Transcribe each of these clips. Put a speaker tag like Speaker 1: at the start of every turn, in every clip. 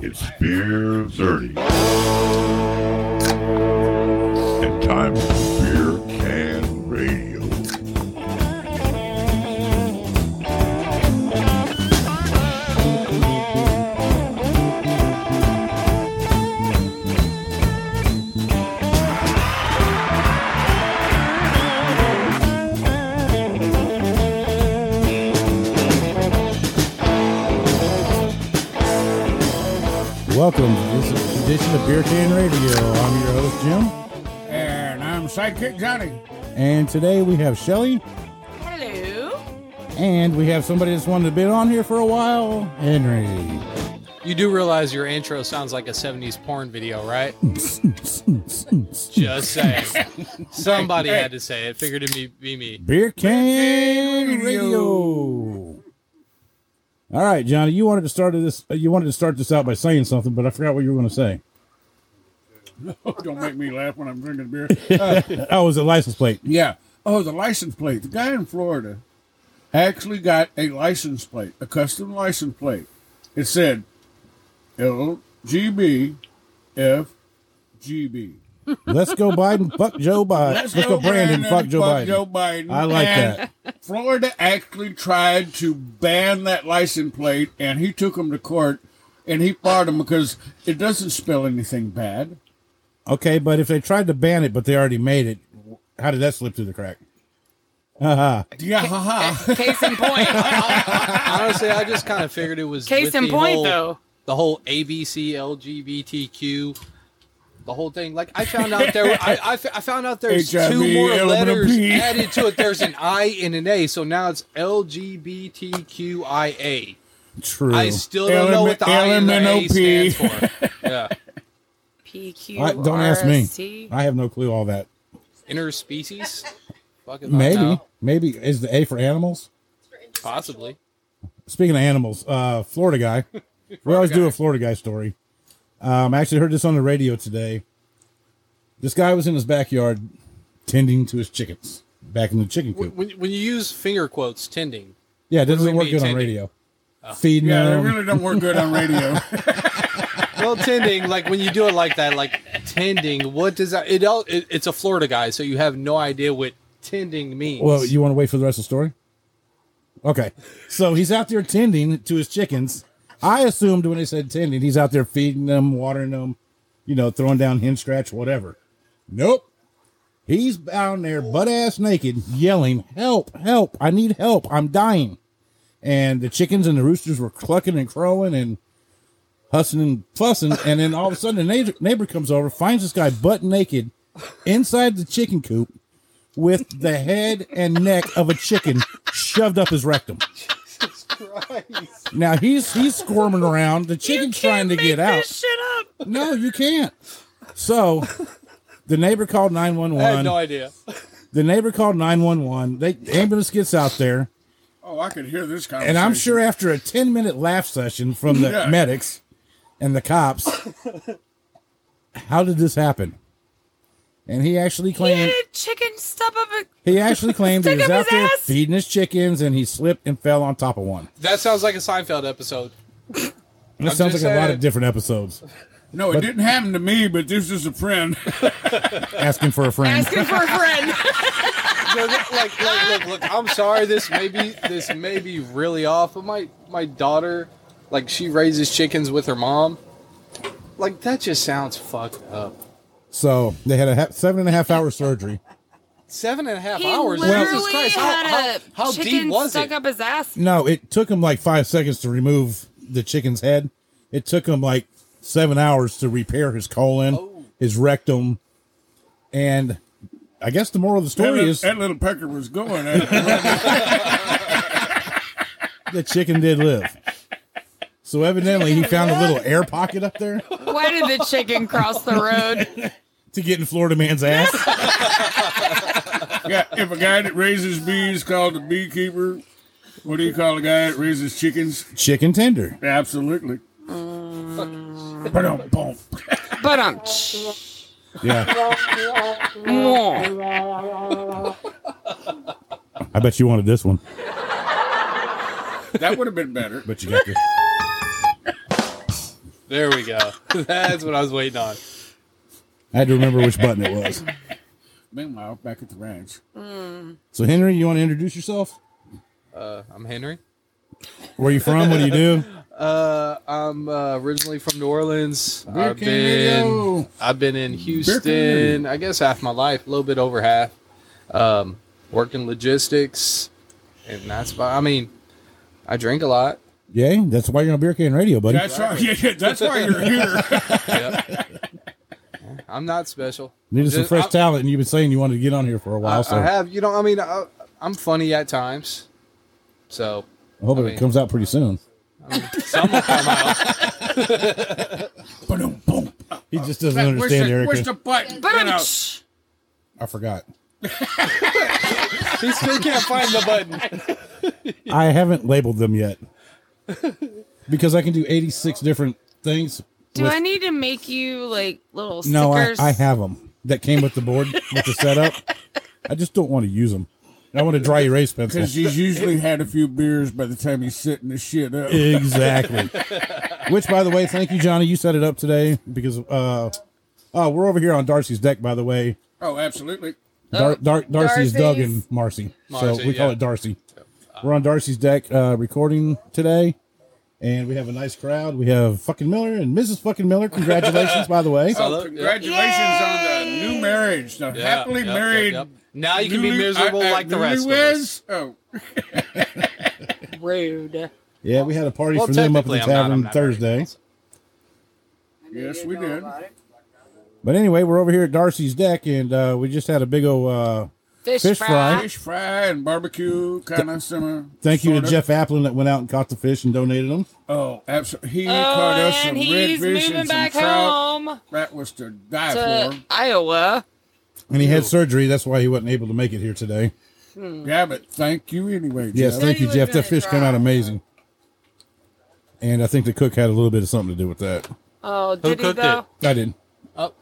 Speaker 1: It's Beer 30. And time for Beer Can Radio.
Speaker 2: Welcome to this edition of Beer Can Radio. I'm your host, Jim.
Speaker 3: And I'm Sidekick Johnny.
Speaker 2: And today we have Shelly,
Speaker 4: Hello.
Speaker 2: and we have somebody that's wanted to be on here for a while, Henry.
Speaker 5: You do realize your intro sounds like a 70s porn video, right? Just saying. Somebody had to say it. Figured it'd be, be me.
Speaker 2: Beer Can Radio. All right, Johnny, you wanted to start this. uh, You wanted to start this out by saying something, but I forgot what you were going to say.
Speaker 3: Don't make me laugh when I'm drinking beer.
Speaker 2: Oh, it was a license plate.
Speaker 3: Yeah. Oh, the license plate. The guy in Florida actually got a license plate, a custom license plate. It said LGBFGB.
Speaker 2: Let's go Biden. Fuck Joe Biden. Let's, go, Brandon. Fuck Joe
Speaker 3: fuck
Speaker 2: Biden.
Speaker 3: Joe Biden.
Speaker 2: I like
Speaker 3: And Florida actually tried to ban that license plate, and he took him to court, and he fought him because it doesn't spell anything bad.
Speaker 2: Okay, but if they tried to ban it, but they already made it, how did that slip through the crack?
Speaker 3: Yeah, ha ha.
Speaker 4: Case in point.
Speaker 5: Honestly, I just kind of figured it was.
Speaker 4: Case
Speaker 5: with
Speaker 4: in
Speaker 5: the
Speaker 4: point,
Speaker 5: whole-
Speaker 4: though.
Speaker 5: The whole ABC, LGBTQ, the whole thing. Like, I found out there. I, I f- I found out there's
Speaker 3: HIV,
Speaker 5: two more
Speaker 3: element of
Speaker 5: letters
Speaker 3: P.
Speaker 5: added to it. There's an I and an A, so now it's LGBTQIA.
Speaker 2: True.
Speaker 5: I still don't know what the I and the A
Speaker 3: LMNOP.
Speaker 5: stands for. Yeah.
Speaker 4: PQ.
Speaker 2: I, don't ask me. I have no clue all that.
Speaker 5: Interspecies? Fucking
Speaker 2: Maybe,
Speaker 5: no.
Speaker 2: maybe is the A for animals.
Speaker 5: Possibly.
Speaker 2: Speaking of animals, uh, Florida guy. we always do a Florida guy story. Um, I actually heard this on the radio today. This guy was in his backyard tending to his chickens back in the chicken coop.
Speaker 5: When, when you use finger quotes, tending.
Speaker 2: yeah, it doesn't
Speaker 5: we
Speaker 2: work
Speaker 5: mean
Speaker 2: good on
Speaker 5: tending?
Speaker 2: radio. Feeding
Speaker 3: Yeah, they
Speaker 2: them.
Speaker 3: really don't work good on radio.
Speaker 5: Well, tending, like when you do it like that, like tending, what does that? It, all it It's a Florida guy, so you have no idea what tending means.
Speaker 2: Well, you want to wait for the rest of the story? Okay. So he's out there tending to his chickens. I assumed when they said tending, he's out there feeding them, watering them, you know, throwing down hen scratch, whatever. Nope. He's down there butt ass naked, yelling, Help, help, I need help, I'm dying. And the chickens and the roosters were clucking and crowing and hussing and fussing. And then all of a sudden, the neighbor, neighbor comes over, finds this guy butt naked inside the chicken coop with the head and neck of a chicken shoved up his rectum. Now he's he's squirming around. The chicken's trying to get out. No, you can't. So the neighbor called nine one
Speaker 5: I had no
Speaker 2: one.
Speaker 5: idea.
Speaker 2: The neighbor called nine one one. They the ambulance gets out there,
Speaker 3: oh, I could hear this conversation.
Speaker 2: and I'm sure after a ten minute laugh session from the
Speaker 3: Yeah.
Speaker 2: medics and the cops, how did this happen? And he actually
Speaker 4: He had
Speaker 2: claimed
Speaker 4: a chicken stub up a.
Speaker 2: He actually claimed he was
Speaker 4: Stick up
Speaker 2: out
Speaker 4: his
Speaker 2: there
Speaker 4: ass.
Speaker 2: feeding his chickens and he slipped and fell on top of one.
Speaker 5: That sounds like a Seinfeld episode.
Speaker 2: And that sounds like
Speaker 5: just
Speaker 2: a lot of
Speaker 5: saying.
Speaker 2: different episodes.
Speaker 3: No, it didn't happen to me, but this is a friend.
Speaker 2: Asking for a friend.
Speaker 4: Asking for a friend.
Speaker 5: No, no, like, like, look, look. I'm sorry. This may be this may be really off, but my my daughter, like, she raises chickens with her mom. Like that just sounds fucked up.
Speaker 2: So they had a ha- seven and a half hour surgery.
Speaker 5: Seven and a half
Speaker 4: He
Speaker 5: hours.
Speaker 4: literally
Speaker 5: Jesus Christ!
Speaker 4: had
Speaker 5: How,
Speaker 4: a
Speaker 5: how, how
Speaker 4: chicken
Speaker 5: deep was
Speaker 4: stuck
Speaker 5: it?
Speaker 4: up his ass.
Speaker 2: No, it took him like five seconds to remove the chicken's head. It took him like seven hours to repair his colon, his rectum. And I guess the moral of the
Speaker 3: that,
Speaker 2: story
Speaker 3: little-
Speaker 2: is
Speaker 3: that little pecker was going. At
Speaker 2: the chicken did live. So evidently he found a little air pocket up there
Speaker 4: Why did the chicken cross the road?
Speaker 2: to get in Florida man's ass.
Speaker 3: yeah, if a guy that raises bees called a beekeeper, what do you call a guy that raises chickens?
Speaker 2: Chicken tender.
Speaker 3: Absolutely.
Speaker 5: Mm.
Speaker 3: Ba-dum-bum.
Speaker 4: But um.
Speaker 2: Yeah. I bet you wanted this one,
Speaker 3: That would have been better.
Speaker 2: but you got this.
Speaker 5: There we go. That's what I was waiting on.
Speaker 2: I had to remember which button it was.
Speaker 3: Meanwhile, back at the ranch.
Speaker 2: So Henry, you want to introduce yourself?
Speaker 5: Uh, I'm Henry.
Speaker 2: Where you from? What do you do?
Speaker 5: Uh, I'm uh, originally from New Orleans.
Speaker 3: Beer
Speaker 5: I've
Speaker 3: Can
Speaker 5: been,
Speaker 3: Radio.
Speaker 5: I've been in Houston,
Speaker 3: Radio.
Speaker 5: I guess half my life, a little bit over half. Um, working logistics, and that's why. I mean, I drink a lot.
Speaker 2: Yay, that's why you're on beer can radio, buddy.
Speaker 3: That's right. Yeah, yeah, that's why you're here.
Speaker 5: I'm not special.
Speaker 2: Needed some
Speaker 5: Just-
Speaker 2: fresh
Speaker 5: I-
Speaker 2: talent, and you've been saying you wanted to get on here for a while,
Speaker 5: I,
Speaker 2: so
Speaker 5: I
Speaker 2: I,
Speaker 5: have, you know, I mean, I, I'm funny at times, so
Speaker 2: hope
Speaker 5: I
Speaker 2: it
Speaker 5: mean-
Speaker 2: comes out pretty soon.
Speaker 5: some will come out.
Speaker 3: Boom, boom.
Speaker 2: He just doesn't
Speaker 3: Where's
Speaker 2: understand,
Speaker 3: the,
Speaker 2: Eric.
Speaker 3: where's the button?
Speaker 4: But
Speaker 3: You
Speaker 4: I'm.
Speaker 3: know,
Speaker 2: I forgot.
Speaker 5: He still can't find the button.
Speaker 2: I haven't labeled them yet because I can do 86 different things.
Speaker 4: Do
Speaker 2: with-
Speaker 4: I need to make you like little
Speaker 2: no, I,
Speaker 4: stickers?
Speaker 2: I have them that came with the board with the setup. I just don't want to use them. I want a dry erase pencil.
Speaker 3: Because he's usually had a few beers by the time he's sitting this shit up.
Speaker 2: Exactly. Which, by the way, thank you, Johnny. You set it up today because uh, oh, we're over here on Darcy's deck, by the way.
Speaker 3: Oh, absolutely.
Speaker 2: Dar- Dar- Darcy is Doug
Speaker 4: Darcy's.
Speaker 2: and Marcy. so
Speaker 5: Oh, Marcy,
Speaker 2: we call
Speaker 5: yeah.
Speaker 2: it Darcy. We're on Darcy's deck uh, recording today, and we have a nice crowd. We have fucking Miller and Mrs. fucking Miller. Congratulations, by the way.
Speaker 5: Hello,
Speaker 3: Oh,
Speaker 5: yeah.
Speaker 3: congratulations
Speaker 4: Yay!
Speaker 3: on the new marriage. The
Speaker 5: Yeah,
Speaker 3: happily
Speaker 5: yep, yep,
Speaker 3: married.
Speaker 5: yep. Now you can be
Speaker 3: newly-
Speaker 5: miserable
Speaker 3: uh, uh,
Speaker 5: like the rest of us.
Speaker 3: newlyweds? Oh,
Speaker 4: Rude.
Speaker 2: Yeah, we had a party
Speaker 5: Well,
Speaker 2: for them up at the
Speaker 5: technically, I'm not- I'm
Speaker 2: tavern
Speaker 5: not married.
Speaker 2: Thursday.
Speaker 3: yes, we did.
Speaker 2: But anyway, we're over here at Darcy's deck, and uh, we just had a big old uh,
Speaker 4: Fish,
Speaker 2: Fish
Speaker 4: fry.
Speaker 2: fry.
Speaker 3: Fish fry and barbecue, kind of similar.
Speaker 2: thank you to
Speaker 3: sorta.
Speaker 2: Jeff Applin that went out and caught the fish and donated them.
Speaker 3: Oh, absolutely. He
Speaker 4: Oh,
Speaker 3: caught us some
Speaker 4: and he's
Speaker 3: redfish
Speaker 4: moving
Speaker 3: and some
Speaker 4: back
Speaker 3: trout.
Speaker 4: home
Speaker 3: That was to die
Speaker 4: to Iowa.
Speaker 2: And he had surgery. That's why he wasn't able to make it here today.
Speaker 3: for. Yeah, but thank you anyway.
Speaker 2: Yes,
Speaker 3: Jeff.
Speaker 2: thank you,
Speaker 4: he
Speaker 2: Jeff.
Speaker 4: was
Speaker 2: That
Speaker 4: gonna
Speaker 2: fish came
Speaker 4: try.
Speaker 2: out amazing. And I think the cook had a little bit of something to do with that.
Speaker 4: Oh, did he
Speaker 5: cooked
Speaker 4: though?
Speaker 2: I didn't.
Speaker 4: of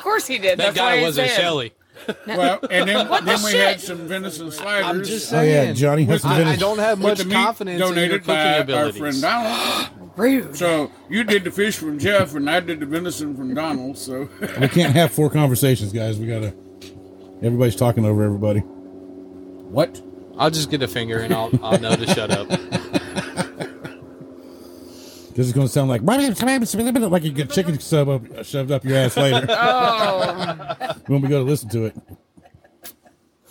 Speaker 4: course he did.
Speaker 5: That
Speaker 4: That's why
Speaker 5: guy
Speaker 4: he's
Speaker 5: wasn't
Speaker 4: in.
Speaker 5: Shelly.
Speaker 3: Well, and then,
Speaker 4: What the
Speaker 3: then we had
Speaker 4: shit?
Speaker 3: some venison sliders.
Speaker 5: I'm just
Speaker 2: Oh,
Speaker 5: saying.
Speaker 2: yeah. Johnny has some
Speaker 5: I, I
Speaker 2: vintage.
Speaker 5: don't have
Speaker 3: with
Speaker 5: much
Speaker 3: the meat
Speaker 5: confidence in your
Speaker 3: donated
Speaker 5: cooking
Speaker 3: by our
Speaker 5: abilities.
Speaker 3: friend Donald.
Speaker 4: Rude.
Speaker 3: So you did the fish from Jeff, and I did the venison from Donald. So
Speaker 2: We can't have four conversations, guys. We got to. Everybody's talking over everybody.
Speaker 3: what?
Speaker 5: I'll just get a finger and I'll, I'll know to shut up.
Speaker 2: This is going to sound like like you get chicken sub up, shoved up your ass later
Speaker 4: Oh,
Speaker 2: when we go to listen to it.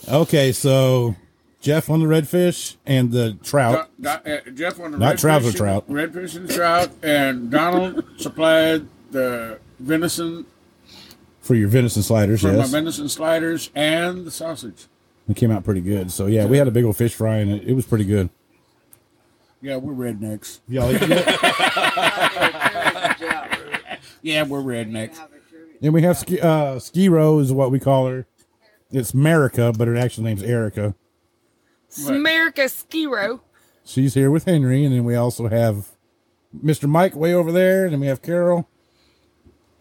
Speaker 2: Okay, so Jeff on the redfish and the
Speaker 3: Do-
Speaker 2: trout.
Speaker 3: Do- uh, Jeff on the
Speaker 2: Oh. Not
Speaker 3: red
Speaker 2: trouser
Speaker 3: fish
Speaker 2: trout.
Speaker 3: And, red fish and trout, and Donald supplied the venison
Speaker 2: for your venison sliders.
Speaker 3: for
Speaker 2: yes,
Speaker 3: my venison sliders and the sausage.
Speaker 2: it came out pretty good. So yeah, we had a big old fish fry and it, it was pretty good.
Speaker 3: Yeah, we're rednecks.
Speaker 2: Y'all, yeah.
Speaker 3: Yeah, we're rednecks.
Speaker 2: And we have ski, uh, Skiro is what we call her. It's Merica, but her actual name's Erica.
Speaker 4: America Skiro.
Speaker 2: She's here with Henry, and then we also have Mr. Mike way over there, and then we have Carol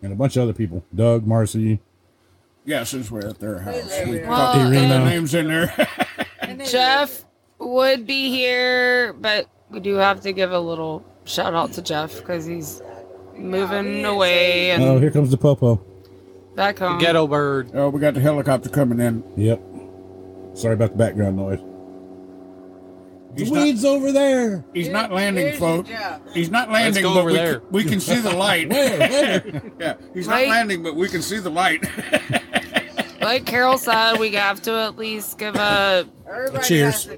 Speaker 2: and a bunch of other people. Doug, Marcy,
Speaker 3: Yeah, since we're at their house, we
Speaker 4: Well,
Speaker 3: got the
Speaker 2: Irina.
Speaker 3: names in there.
Speaker 4: Jeff would be here, but we do have to give a little shout out to Jeff because he's
Speaker 6: Oh,
Speaker 4: moving away and
Speaker 2: Oh, here comes the popo.
Speaker 4: back home.
Speaker 5: Ghetto bird.
Speaker 3: oh, we got the helicopter coming in.
Speaker 2: Yep. Sorry about the background noise.
Speaker 3: He's
Speaker 2: the
Speaker 3: not-
Speaker 2: weeds over there.
Speaker 3: He's not landing, folks. He's not landing,
Speaker 5: go
Speaker 3: but
Speaker 5: over
Speaker 3: we,
Speaker 5: there.
Speaker 3: c- we can see the light.
Speaker 2: Where?
Speaker 3: yeah, he's
Speaker 4: Right?
Speaker 3: not landing, but we can see the light.
Speaker 4: Like Carol said, we have to at least give a
Speaker 2: Cheers.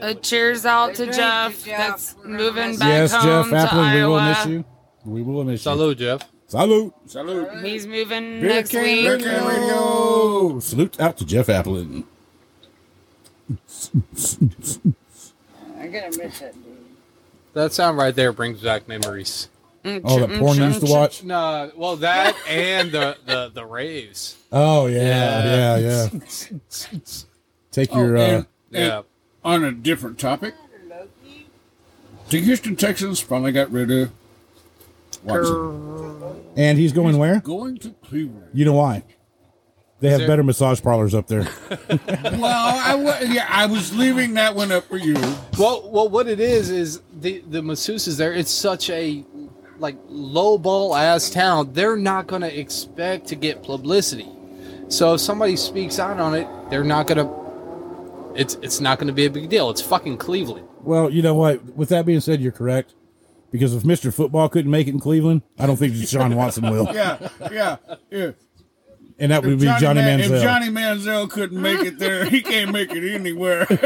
Speaker 4: a cheers out to
Speaker 6: Thank you,
Speaker 4: Jeff
Speaker 6: Jeff.
Speaker 4: that's
Speaker 6: We're gonna
Speaker 4: moving
Speaker 6: miss
Speaker 4: back
Speaker 2: yes, Jeff
Speaker 4: home to
Speaker 2: Applin, we will miss
Speaker 4: Iowa.
Speaker 2: you. We will miss you.
Speaker 5: Salud, Jeff.
Speaker 2: Salute.
Speaker 3: Salute.
Speaker 4: He's moving
Speaker 2: Beer
Speaker 4: next
Speaker 2: can
Speaker 4: week.
Speaker 3: Beer can radio.
Speaker 2: Salute out to Jeff Applin.
Speaker 6: I'm gonna miss that dude.
Speaker 5: That sound right there brings back memories.
Speaker 2: Oh, that porn you used to
Speaker 5: mm.
Speaker 2: watch.
Speaker 5: No, well, that and the, the, the raves.
Speaker 2: Oh yeah, yeah, yeah. Take your uh,
Speaker 3: Oh, And-
Speaker 5: Yeah.
Speaker 3: on a different topic, the Houston Texans finally got rid of Watson.
Speaker 2: and he's going where?
Speaker 3: Going to Cleveland.
Speaker 2: You know why? They have
Speaker 5: there-
Speaker 2: better massage parlors up there.
Speaker 3: well, I wa- yeah, I was leaving that one up for you.
Speaker 5: Well, well, what it is is the the masseuses there. It's such a like lowball ass town, they're not going to expect to get publicity. So if somebody speaks out on it, they're not going to. It's it's not going to be a big deal. It's fucking Cleveland.
Speaker 2: Well, you know what? With that being said, you're correct. Because if Mr. Football couldn't make it in Cleveland, I don't think Deshaun Watson will.
Speaker 3: Yeah, yeah. yeah.
Speaker 2: And that would be
Speaker 3: Johnny
Speaker 2: Johnny,
Speaker 3: Man-
Speaker 2: Manziel.
Speaker 3: If Johnny Manziel couldn't make it there, he can't make it anywhere.
Speaker 5: He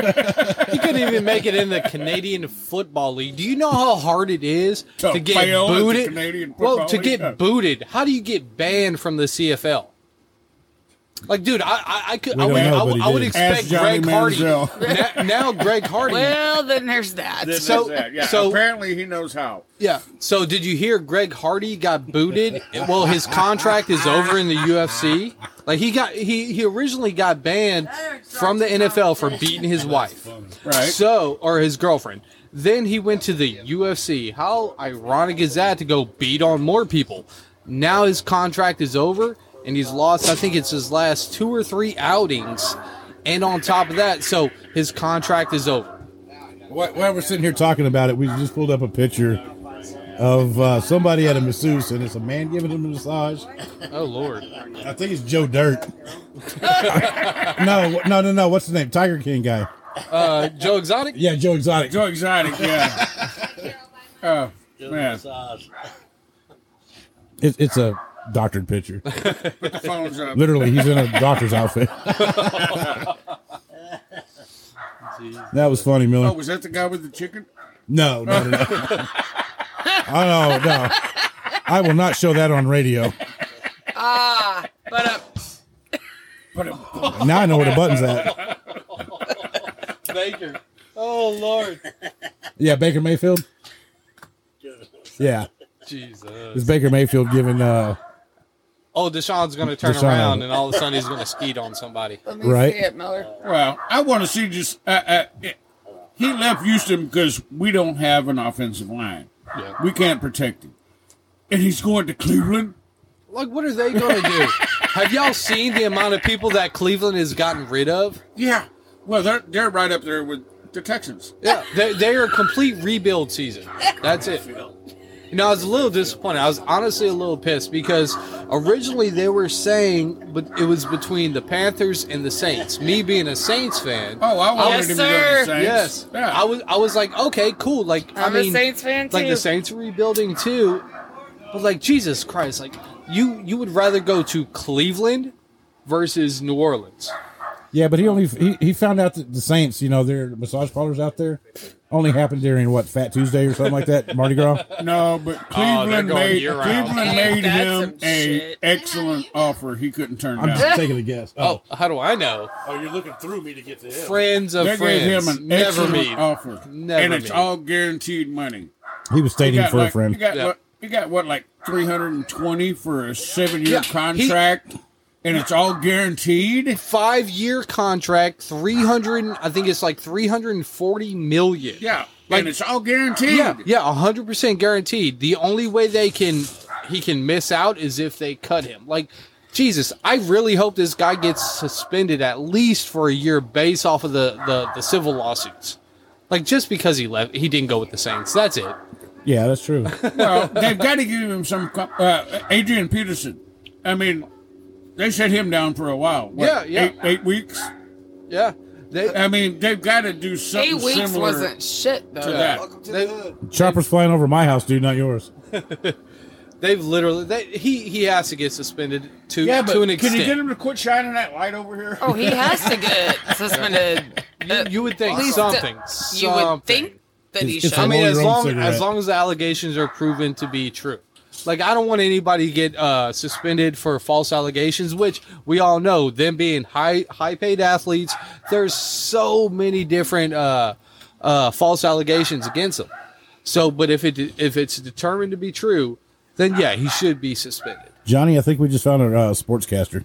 Speaker 5: couldn't even make it in the Canadian Football League. Do you know how hard it is
Speaker 3: To
Speaker 5: to, get
Speaker 3: fail at the
Speaker 5: booted?
Speaker 3: Canadian
Speaker 5: well,
Speaker 3: Football
Speaker 5: to
Speaker 3: League?
Speaker 5: get
Speaker 3: Yeah.
Speaker 5: booted, how do you get banned from the CFL? Like, dude, I I, I could
Speaker 2: We
Speaker 5: I,
Speaker 2: don't
Speaker 5: would-
Speaker 2: know,
Speaker 5: I
Speaker 2: but
Speaker 5: would-
Speaker 2: he
Speaker 5: I would
Speaker 2: did.
Speaker 5: expect
Speaker 3: Ask Johnny
Speaker 5: Greg Hardy.
Speaker 3: Manziel.
Speaker 5: Na- now Greg Hardy.
Speaker 4: Well, then there's that.
Speaker 3: Then
Speaker 5: So-
Speaker 3: that's that. yeah,
Speaker 5: so-
Speaker 3: apparently he knows how.
Speaker 5: Yeah. So did you hear Greg Hardy got booted? well, his contract is over in the UFC. Like he got he he originally got banned from the NFL for beating his wife.
Speaker 3: Right.
Speaker 5: So or his girlfriend. Then he went to the UFC. How ironic is that to go beat on more people? Now his contract is over and he's lost I think it's his last two or three outings. And on top of that, so his contract is over.
Speaker 2: Wh- While we're sitting here talking about it, we just pulled up a picture of uh, somebody at a masseuse, and it's a man giving him a massage.
Speaker 5: Oh lord.
Speaker 2: I think it's Joe Dirt. no, no, no, no. What's his name? Tiger King guy.
Speaker 5: Uh Joe Exotic?
Speaker 2: Yeah, Joe Exotic.
Speaker 3: Joe Exotic, yeah. oh, man.
Speaker 2: It, it's a doctored picture.
Speaker 3: The phone's up.
Speaker 2: Literally, he's in a doctor's outfit. that was funny,
Speaker 3: Oh,
Speaker 2: Miller.
Speaker 3: was that the guy with the chicken?
Speaker 2: No, no, no. no. oh, no, no. I will not show that on radio.
Speaker 4: But uh,
Speaker 3: But it,
Speaker 2: Now I know where the button's at.
Speaker 5: Baker. Oh Lord.
Speaker 2: Yeah, Baker Mayfield. Yeah,
Speaker 5: Jesus.
Speaker 2: it's Baker Mayfield giving. Uh,
Speaker 5: Oh, Deshaun's gonna turn
Speaker 2: Deshaun.
Speaker 5: around and all of a sudden he's gonna skeet on somebody.
Speaker 4: let me
Speaker 2: Right.
Speaker 4: see it, Miller.
Speaker 3: well, I want to see just. Uh, uh, it- he left Houston because we don't have an offensive line.
Speaker 5: Yeah.
Speaker 3: We can't protect him. And he's going to Cleveland?
Speaker 5: Like what are they gonna do? Have y'all seen the amount of people that Cleveland has gotten rid of?
Speaker 3: Yeah. Well, they're, they're right up there with the Texans.
Speaker 5: Yeah. They they are a complete rebuild season. That's it. You know, I was a little disappointed. I was honestly a little pissed because originally they were saying but it was between the Panthers and the Saints. Me being a Saints fan.
Speaker 3: Oh, I wanted
Speaker 4: Yes,
Speaker 3: him to go to the
Speaker 4: sir.
Speaker 3: Saints.
Speaker 5: Yes.
Speaker 3: Yeah.
Speaker 5: I was I was like, okay, cool. Like I
Speaker 4: I'm
Speaker 5: mean,
Speaker 4: a Saints fan too.
Speaker 5: like the Saints are rebuilding too. But like Jesus Christ, like you you would rather go to Cleveland versus New Orleans.
Speaker 2: yeah, but he only he, he found out that the Saints, you know, their massage parlors out there, only happened during what Fat Tuesday or something like that, Mardi Gras.
Speaker 3: No, but Cleveland
Speaker 5: Oh, going
Speaker 3: made
Speaker 5: year-round.
Speaker 3: Cleveland
Speaker 4: Hey,
Speaker 3: made
Speaker 4: that's
Speaker 3: him
Speaker 4: some
Speaker 3: a
Speaker 4: shit.
Speaker 3: excellent offer. He couldn't turn
Speaker 2: I'm
Speaker 3: down.
Speaker 2: just taking a guess.
Speaker 5: Oh, how do I know?
Speaker 7: Oh, you're looking through me to get to him.
Speaker 5: Friends of
Speaker 3: They gave
Speaker 5: friends.
Speaker 3: him an
Speaker 5: Never
Speaker 3: excellent
Speaker 5: me.
Speaker 3: offer,
Speaker 5: Never
Speaker 3: and it's
Speaker 5: me.
Speaker 3: all guaranteed money.
Speaker 2: he was
Speaker 3: He
Speaker 2: stating
Speaker 3: got
Speaker 2: for
Speaker 3: like,
Speaker 2: a friend.
Speaker 3: He got,
Speaker 5: Yeah.
Speaker 3: what, he got what like three hundred and twenty for a seven-year
Speaker 5: Yeah, he-
Speaker 3: contract, and it's all guaranteed.
Speaker 5: Five year contract, three hundred I think it's like three hundred and forty million.
Speaker 3: Yeah,
Speaker 5: Like-
Speaker 3: and it's all guaranteed.
Speaker 5: Yeah, yeah, hundred percent guaranteed. The only way they can he can miss out is if they cut him. Like Jesus, I really hope this guy gets suspended at least for a year based off of the the, the civil lawsuits. Like just because he left, he didn't go with the Saints. That's it.
Speaker 2: Yeah, that's true.
Speaker 3: Well, they've got to give him some. co- Uh, Adrian Peterson. I mean, they shut him down for a while. What,
Speaker 5: Yeah, yeah.
Speaker 3: Eight, eight weeks.
Speaker 5: Yeah, they,
Speaker 3: I mean, they've got to do something
Speaker 4: Eight weeks
Speaker 3: similar
Speaker 4: wasn't shit though.
Speaker 3: to that.
Speaker 5: they
Speaker 2: Choppers flying over my house, dude, not yours.
Speaker 5: they've literally they, he he has to get suspended to to an extent.
Speaker 3: can you get him to quit shining that light over here?
Speaker 4: Oh, he has to get suspended.
Speaker 5: You- you would think
Speaker 4: At least, uh,
Speaker 5: something.
Speaker 4: You would think
Speaker 5: something.
Speaker 4: that he
Speaker 2: It's- it's
Speaker 4: should.
Speaker 2: a
Speaker 5: I mean,
Speaker 2: Roll
Speaker 5: as
Speaker 2: your own
Speaker 5: long
Speaker 2: cigarette.
Speaker 5: as long as the allegations are proven to be true. Like, I don't want anybody to get uh, suspended for false allegations, which we all know. Them being high high paid athletes, there's so many different uh, uh, false allegations against them. So, but if it if it's determined to be true, then yeah, he should be suspended.
Speaker 2: Johnny, I think we just found a uh, sportscaster.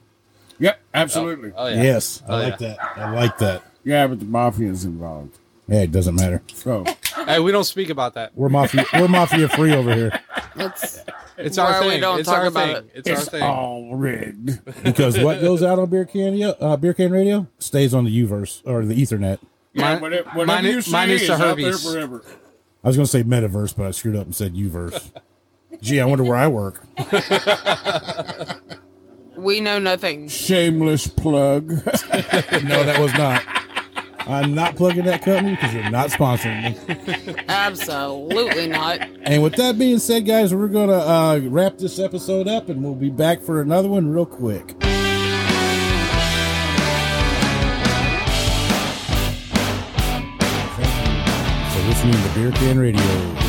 Speaker 3: Yep, absolutely.
Speaker 5: Oh yeah,
Speaker 2: Yes, I
Speaker 5: Oh,
Speaker 2: like that. I like that.
Speaker 3: yeah, but the mafia's involved.
Speaker 2: Yeah, it doesn't matter.
Speaker 3: So
Speaker 5: hey, we don't speak about that.
Speaker 2: We're mafia. we're mafia free over here
Speaker 4: That's
Speaker 5: It's
Speaker 4: Why
Speaker 5: our
Speaker 4: we
Speaker 5: thing.
Speaker 4: don't
Speaker 5: it's
Speaker 4: talk
Speaker 5: our
Speaker 4: about
Speaker 5: thing.
Speaker 4: it?
Speaker 5: It's, our
Speaker 3: it's
Speaker 5: thing.
Speaker 3: all rigged.
Speaker 2: because what goes out on beer can uh, beer can radio stays on the Uverse or the Ethernet.
Speaker 5: Mine-
Speaker 3: Yeah, whatever- whatever
Speaker 5: mine is-
Speaker 3: you see
Speaker 5: mine is
Speaker 3: is
Speaker 5: the
Speaker 3: out there
Speaker 5: Herbies.
Speaker 3: forever.
Speaker 2: I was going to say metaverse, but I screwed up and said Uverse. Gee, I wonder where I work.
Speaker 4: We know nothing.
Speaker 3: Shameless plug.
Speaker 2: No, that was not. I'm not plugging that company because you're not sponsoring me.
Speaker 4: Absolutely not.
Speaker 2: And with that being said, guys, we're gonna uh, wrap this episode up, and we'll be back for another one real quick. So listening to Beer Can Radio.